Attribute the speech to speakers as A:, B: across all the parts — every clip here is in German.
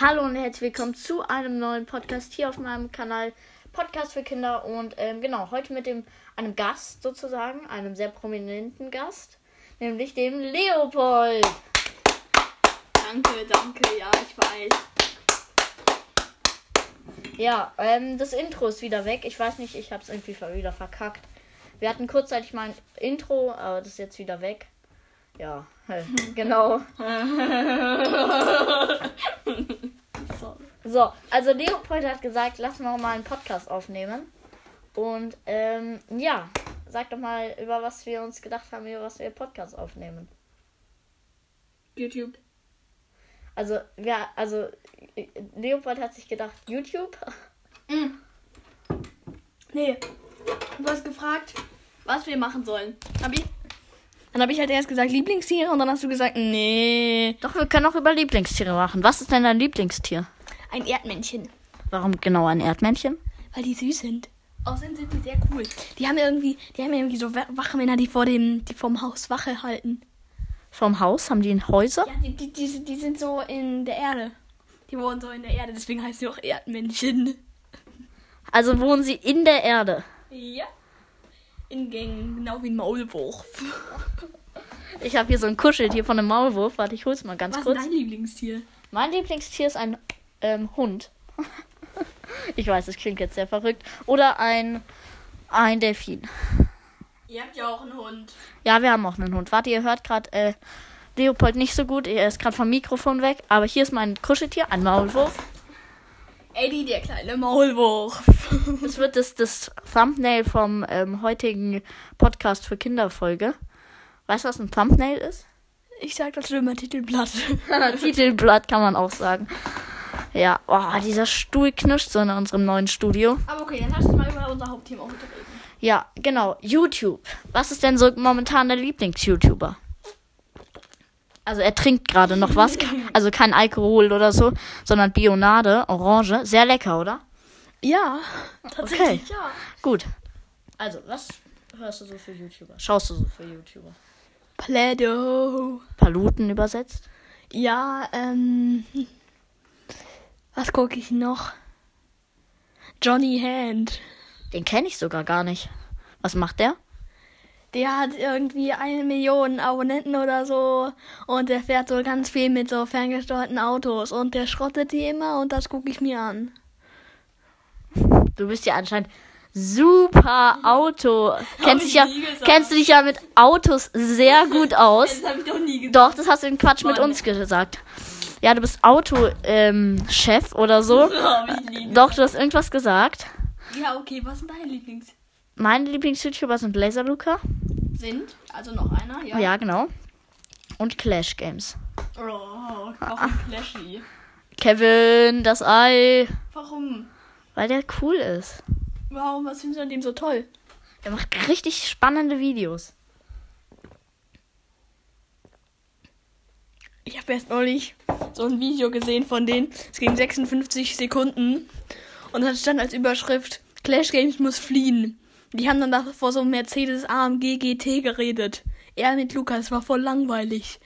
A: Hallo und herzlich willkommen zu einem neuen Podcast hier auf meinem Kanal Podcast für Kinder und ähm, genau heute mit dem einem Gast sozusagen, einem sehr prominenten Gast, nämlich dem Leopold.
B: Danke, danke, ja, ich weiß.
A: Ja, ähm, das Intro ist wieder weg. Ich weiß nicht, ich habe es irgendwie ver- wieder verkackt. Wir hatten kurzzeitig mal ein Intro, aber das ist jetzt wieder weg. Ja, genau.
B: Sorry.
A: So, also Leopold hat gesagt, lass mal mal einen Podcast aufnehmen. Und ähm, ja, sag doch mal, über was wir uns gedacht haben, über was wir Podcast aufnehmen.
B: YouTube.
A: Also, ja, also äh, Leopold hat sich gedacht, YouTube.
B: Mm. Nee, du hast gefragt, was wir machen sollen. Hab ich? Dann habe ich halt erst gesagt Lieblingstiere und dann hast du gesagt, nee.
A: Doch, wir können auch über Lieblingstiere machen. Was ist denn dein Lieblingstier?
B: Ein Erdmännchen,
A: Warum genau ein Erdmännchen?
B: weil die süß sind. Außerdem sind die sehr cool. Die haben ja irgendwie, die haben ja irgendwie so Wa- Wachmänner, die vor dem, die vorm Haus Wache halten.
A: Vom Haus? Haben die ein Häuser?
B: Ja, die, die, die, sind- die sind so in der Erde. Die wohnen so in der Erde, deswegen heißen sie auch Erdmännchen.
A: Also wohnen sie in der Erde.
B: Ja. In Gängen, genau wie ein Maulwurf.
A: Ich habe hier so ein Kuscheltier von einem Maulwurf. Warte, ich hol's mal ganz
B: Was ist
A: kurz.
B: dein Lieblingstier?
A: Mein Lieblingstier ist ein ähm, Hund. ich weiß, das klingt jetzt sehr verrückt. Oder ein, ein Delfin.
B: Ihr habt ja auch einen Hund.
A: Ja, wir haben auch einen Hund. Warte, ihr hört gerade äh, Leopold nicht so gut. Er ist gerade vom Mikrofon weg. Aber hier ist mein Kuscheltier, ein Maulwurf.
B: Eddie, der kleine Maulwurf.
A: Das wird das, das Thumbnail vom ähm, heutigen Podcast für Kinderfolge. Weißt du, was ein Thumbnail ist?
B: Ich sag das schon immer Titelblatt.
A: Äh, Titelblatt kann man auch sagen. Ja, oh, dieser Stuhl knirscht so in unserem neuen Studio.
B: Aber okay, dann lass uns mal über unser Hauptthema heute reden.
A: Ja, genau. YouTube. Was ist denn so momentan dein Lieblings-YouTuber? Also er trinkt gerade noch was. Also kein Alkohol oder so, sondern Bionade, Orange. Sehr lecker, oder?
B: Ja,
A: tatsächlich,
B: tatsächlich, ja.
A: Gut. Also, was hörst du so für YouTuber? Schaust du so für YouTuber?
B: Play-Doh.
A: Paluten übersetzt?
B: Ja, ähm. Was gucke ich noch? Johnny Hand.
A: Den kenne ich sogar gar nicht. Was macht der?
B: Der hat irgendwie eine Million Abonnenten oder so. Und der fährt so ganz viel mit so ferngesteuerten Autos. Und der schrottet die immer und das gucke ich mir an.
A: Du bist ja anscheinend super Auto. Kennst,
B: ich
A: dich ja,
B: nie gesagt.
A: kennst du dich ja mit Autos sehr gut aus.
B: habe ich doch nie gesagt.
A: Doch, das hast du im Quatsch mit
B: Mann.
A: uns gesagt. Ja, du bist Autochef ähm, Chef oder so. Doch, du hast irgendwas gesagt.
B: Ja, okay, was sind deine Lieblings?
A: Meine Lieblings-YouTuber sind Laserluca.
B: Sind? Also noch einer, ja.
A: Ja. genau. Und Clash Games.
B: Oh, warum Clashy?
A: Kevin, das Ei.
B: Warum?
A: Weil der cool ist.
B: Warum, was findest du an dem so toll?
A: Der macht richtig spannende Videos.
B: Ich habe erst neulich so ein Video gesehen von denen. Es ging 56 Sekunden. Und da stand als Überschrift, Clash Games muss fliehen. Die haben dann da vor so einem Mercedes AMG GT geredet. Er mit Lukas war voll langweilig.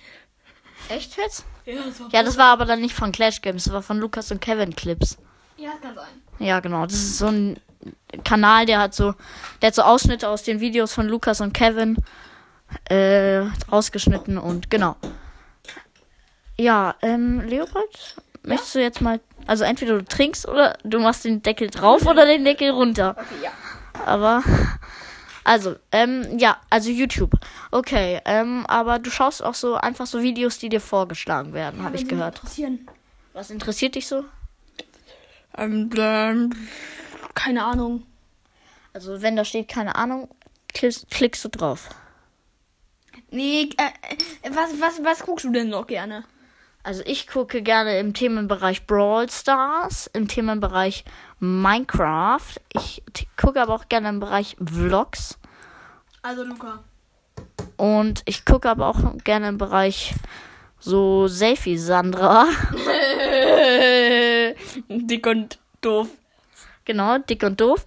A: Echt jetzt?
B: Ja, das war
A: Ja, das war aber dann nicht von Clash Games, das war von Lukas und Kevin Clips.
B: ja, das kann sein.
A: Ja, genau. Das ist so ein Kanal, der hat so, der hat so Ausschnitte aus den Videos von Lukas und Kevin äh, rausgeschnitten und genau. Ja, ähm, Leopold, möchtest du jetzt mal, also entweder du trinkst oder du machst den Deckel drauf oder den Deckel runter.
B: Okay, ja.
A: Aber, also, ähm, ja, also YouTube. Okay, ähm, aber du schaust auch so einfach so Videos, die dir vorgeschlagen werden, habe
B: Wenn
A: ich
B: sie mich
A: gehört.
B: Interessieren.
A: Was interessiert dich so?
B: Ähm, ähm, keine Ahnung.
A: Also wenn da steht, keine Ahnung, klickst, klickst du drauf.
B: Nee, äh, äh, was, was, was guckst du denn noch gerne?
A: Also ich gucke gerne im Themenbereich Brawl Stars, im Themenbereich Minecraft. Ich t- gucke aber auch gerne im Bereich Vlogs.
B: Also Luca.
A: Und ich gucke aber auch gerne im Bereich so Selfie Sandra.
B: Dick und doof.
A: genau, dick und doof.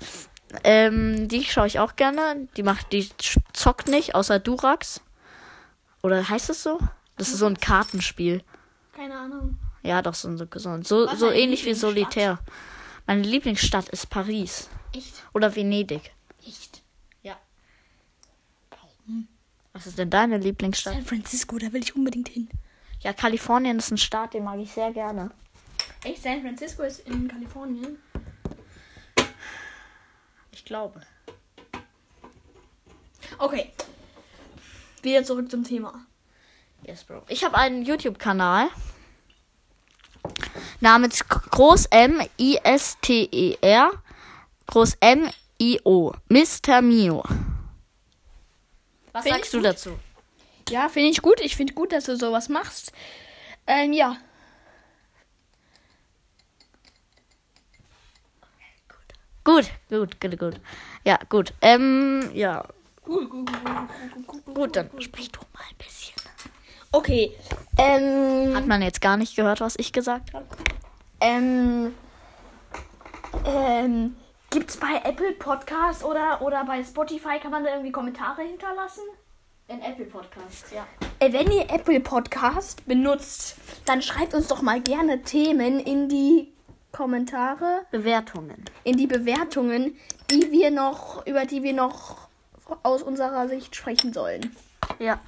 A: Ähm, die schaue ich auch gerne. Die macht, die sch- zockt nicht, außer Durax. Oder heißt es so? Das ist so ein Kartenspiel.
B: Keine Ahnung.
A: Ja, doch, so, so gesund. So,
B: Was
A: so
B: eine
A: ähnlich wie
B: Lieblingsstadt?
A: Solitär. Meine Lieblingsstadt ist Paris.
B: Echt?
A: Oder Venedig.
B: Echt?
A: Ja. Was ist denn deine Lieblingsstadt?
B: San Francisco, da will ich unbedingt hin.
A: Ja, Kalifornien ist ein Staat, den mag ich sehr gerne.
B: Echt? San Francisco ist in Kalifornien?
A: Ich glaube.
B: Okay. Wieder zurück zum Thema.
A: Yes, Bro. Ich habe einen YouTube-Kanal namens Groß M I S T E R Groß M I O Mr. Mio. Was
B: Find ich
A: sagst du
B: gut.
A: dazu?
B: Ja, finde ich gut. Ich finde gut, dass du sowas machst. Ähm, ja.
A: Gut, gut, gut, gut. Ja, gut. Ähm, ja.
B: Cool, cool, cool, cool, cool, cool.
A: Gut, dann sprich du mal ein bisschen.
B: Okay. Ähm.
A: Hat man jetzt gar nicht gehört, was ich gesagt habe?
B: Ähm, ähm, gibt's bei Apple Podcasts oder, oder bei Spotify, kann man da irgendwie Kommentare hinterlassen?
A: In Apple Podcasts, ja.
B: Äh, wenn ihr Apple Podcast benutzt, dann schreibt uns doch mal gerne Themen in die Kommentare,
A: Bewertungen.
B: in die Bewertungen, die wir noch, über die wir noch aus unserer Sicht sprechen sollen.
A: Ja.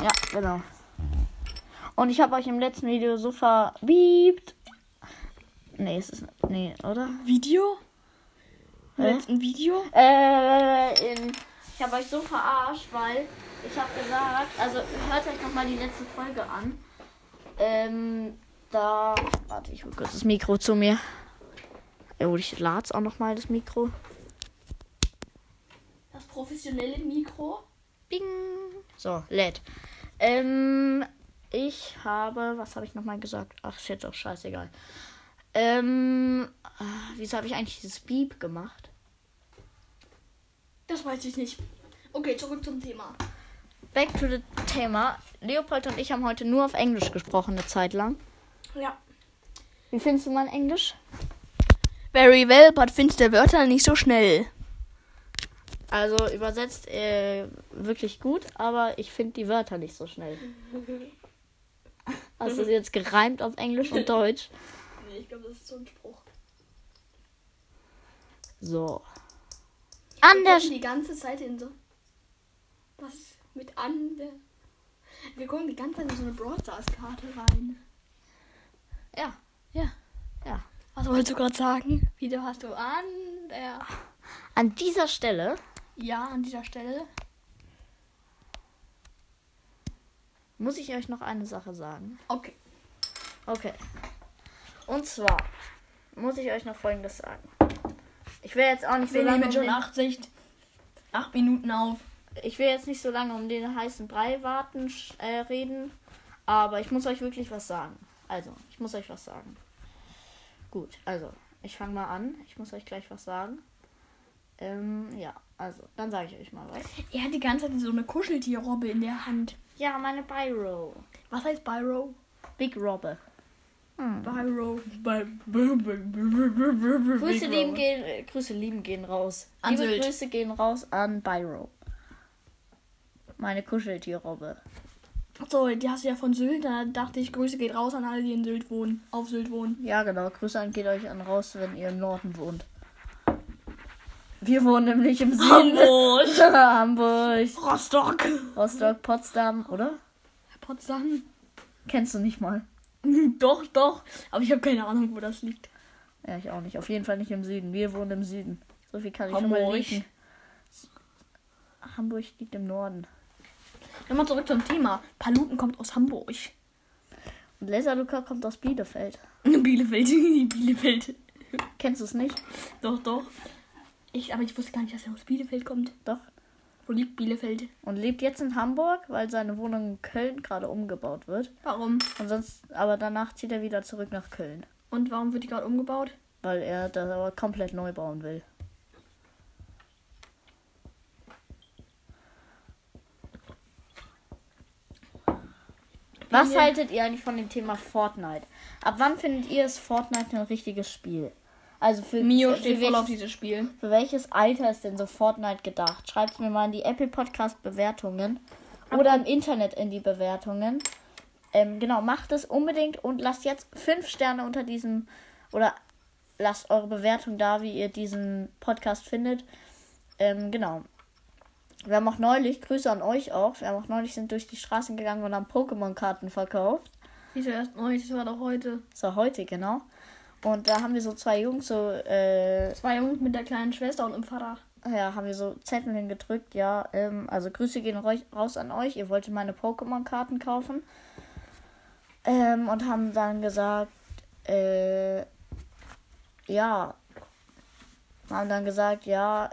A: Ja, genau. Und ich habe euch im letzten Video so verbiebt. Nee, es ist. Nee, oder?
B: Video?
A: Hä?
B: Letzten Video?
A: Äh, in, ich habe euch so verarscht, weil ich habe gesagt, also hört euch nochmal die letzte Folge an. Ähm, da. Warte, ich hol kurz das Mikro zu mir. Oh, ich lade auch nochmal das Mikro.
B: Das professionelle Mikro?
A: Bing. So, lädt. Ähm, ich habe, was habe ich nochmal gesagt? Ach, ist jetzt auch scheißegal. Ähm, ah, wieso habe ich eigentlich dieses Beep gemacht?
B: Das weiß ich nicht. Okay, zurück zum Thema.
A: Back to the Thema. Leopold und ich haben heute nur auf Englisch gesprochen, eine Zeit lang.
B: Ja.
A: Wie findest du mein Englisch?
B: Very well, but findest der Wörter nicht so schnell.
A: Also übersetzt äh, wirklich gut, aber ich finde die Wörter nicht so schnell. Hast du es jetzt gereimt auf Englisch und Deutsch?
B: Nee, ich glaube, das ist so ein Spruch.
A: So. An der
B: die ganze Zeit in so. Was mit an der. Wir gucken die ganze Zeit in so eine Broadcast-Karte rein.
A: Ja.
B: Ja.
A: Ja.
B: Was wolltest du gerade sagen? Wieder hast du an der.
A: An dieser Stelle
B: Ja, an dieser Stelle.
A: muss ich euch noch eine Sache sagen.
B: Okay.
A: Okay. Und zwar muss ich euch noch Folgendes sagen. Ich will jetzt auch nicht so
B: Wir
A: lange
B: nehmen
A: um
B: schon
A: den,
B: 80. 8 Minuten auf.
A: ich will jetzt nicht so lange um den heißen Brei warten sch- äh, reden, aber ich muss euch wirklich was sagen. Also, ich muss euch was sagen. Gut, also ich fange mal an. Ich muss euch gleich was sagen. Ähm, ja, also dann sage ich euch mal was.
B: Er hat die ganze Zeit so eine Kuscheltierrobbe in der Hand.
A: Ja, meine Byro.
B: Was heißt Hm. Byro?
A: Big Robbe.
B: Byro.
A: Grüße
B: Grüße
A: lieben, gehen, äh, Grüße lieben gehen raus.
B: An
A: Liebe
B: Sylt.
A: Grüße gehen raus an Byro. Meine Kuscheltierrobbe.
B: Achso, die hast du ja von Sylt. Da dachte ich, Grüße geht raus an alle, die in Sylt wohnen. Auf Sylt wohnen.
A: Ja, genau. Grüße an, geht euch an raus, wenn ihr im Norden wohnt. Wir wohnen nämlich im Süden.
B: Hamburg!
A: Hamburg.
B: Rostock!
A: Rostock, Potsdam, oder?
B: Potsdam? Hm,
A: Kennst du nicht mal.
B: doch, doch. Aber ich habe keine Ahnung, wo das liegt.
A: Ja, ich auch nicht. Auf jeden Fall nicht im Süden. Wir wohnen im Süden. So viel kann ich schon mal
B: Hamburg.
A: liegen. Hamburg liegt im Norden.
B: Nochmal zurück zum Thema. Paluten kommt aus Hamburg.
A: Und Laserluca kommt aus Bielefeld.
B: Bielefeld. Bielefeld.
A: Kennst du es nicht?
B: Doch, doch. Ich, aber ich wusste gar nicht, dass er aus Bielefeld kommt.
A: Doch.
B: Wo liegt Bielefeld?
A: und lebt jetzt in Hamburg, weil seine Wohnung in Köln gerade umgebaut wird.
B: Warum?
A: Und sonst, aber danach zieht er wieder zurück nach Köln,
B: Und warum wird die gerade umgebaut?
A: weil er das aber komplett neu bauen will. Was
B: Ja.
A: haltet ihr eigentlich von dem Thema Fortnite? Ab wann findet ihr es Fortnite ein richtiges Spiel? Also für,
B: Mio
A: für,
B: steht
A: für
B: voll auf
A: welches-
B: dieses Spiel.
A: für welches Alter ist denn so Fortnite gedacht? Schreibt mir mal in die Apple Podcast Bewertungen oder im Internet in die Bewertungen. Ähm, genau, macht es unbedingt und lasst jetzt fünf Sterne unter diesem oder lasst eure Bewertung da, wie ihr diesen Podcast findet. Ähm, genau. Wir haben auch neulich, Grüße an euch auch, wir haben auch neulich sind durch die Straßen gegangen und haben Pokémon-Karten verkauft.
B: Wieso erst neulich? Das war doch heute.
A: So heute, genau. Und da haben wir so zwei Jungs so, äh,
B: Zwei Jungs mit der kleinen Schwester und einem Pfarrer.
A: ja, haben wir so Zettel hingedrückt, ja. Ähm, also Grüße gehen reuch- raus an euch. Ihr wolltet meine Pokémon-Karten kaufen. Ähm, und haben dann gesagt, äh, ja, haben dann gesagt, ja,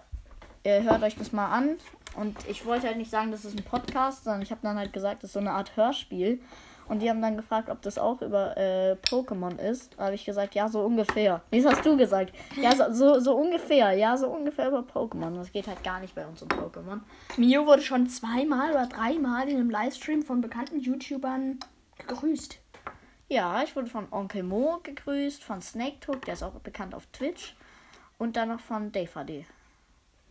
A: ihr Äh, hört euch das mal an. Und ich wollte halt nicht sagen, das ist ein Podcast, sondern ich habe dann halt gesagt, das ist so eine Art Hörspiel. Und die haben dann gefragt, ob das auch über äh, Pokémon ist. Da habe ich gesagt, ja, so ungefähr. Nee, das hast du gesagt. Ja, so, so, so ungefähr. Ja, so ungefähr über Pokémon. Das geht halt gar nicht bei uns um Pokémon.
B: Mio wurde schon zweimal oder dreimal in einem Livestream von bekannten YouTubern gegrüßt.
A: Ja, ich wurde von Onkel Mo gegrüßt, von Snake Talk, der ist auch bekannt auf Twitch. Und dann noch von DVD.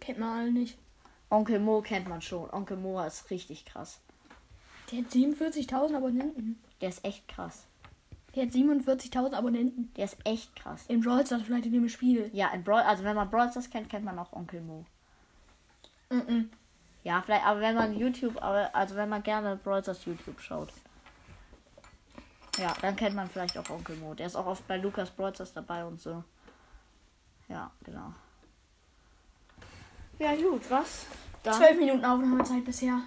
B: Kennt man alle nicht.
A: Onkel Mo kennt man schon. Onkel Mo ist richtig krass.
B: Der hat 47.000 Abonnenten.
A: Der ist echt krass.
B: Der hat 47.000 Abonnenten.
A: Der ist echt krass.
B: In Brawl Stars vielleicht in dem Spiel.
A: Ja, in Brawl, also wenn man Brawl Stars kennt, kennt man auch Onkel Mo.
B: Mhm.
A: Ja, vielleicht, aber wenn man YouTube, aber also wenn man gerne Brawl Stars YouTube schaut. Ja, dann kennt man vielleicht auch Onkel Mo. Der ist auch oft bei Lukas Brawl Stars dabei und so. Ja, genau. Ja, gut, was? Dann-
B: 12 Minuten Aufnahmezeit bisher.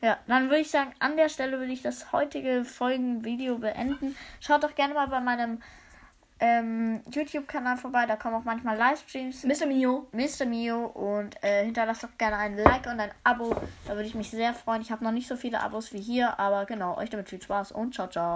A: Ja, dann würde ich sagen, an der Stelle würde ich das heutige Folgenvideo beenden. Schaut doch gerne mal bei meinem ähm, YouTube-Kanal vorbei, da kommen auch manchmal Livestreams.
B: Mr. Mio.
A: Mr. Mio und äh, hinterlasst doch gerne einen Like und ein Abo. Da würde ich mich sehr freuen. Ich habe noch nicht so viele Abos wie hier, aber genau, euch damit viel Spaß und ciao, ciao.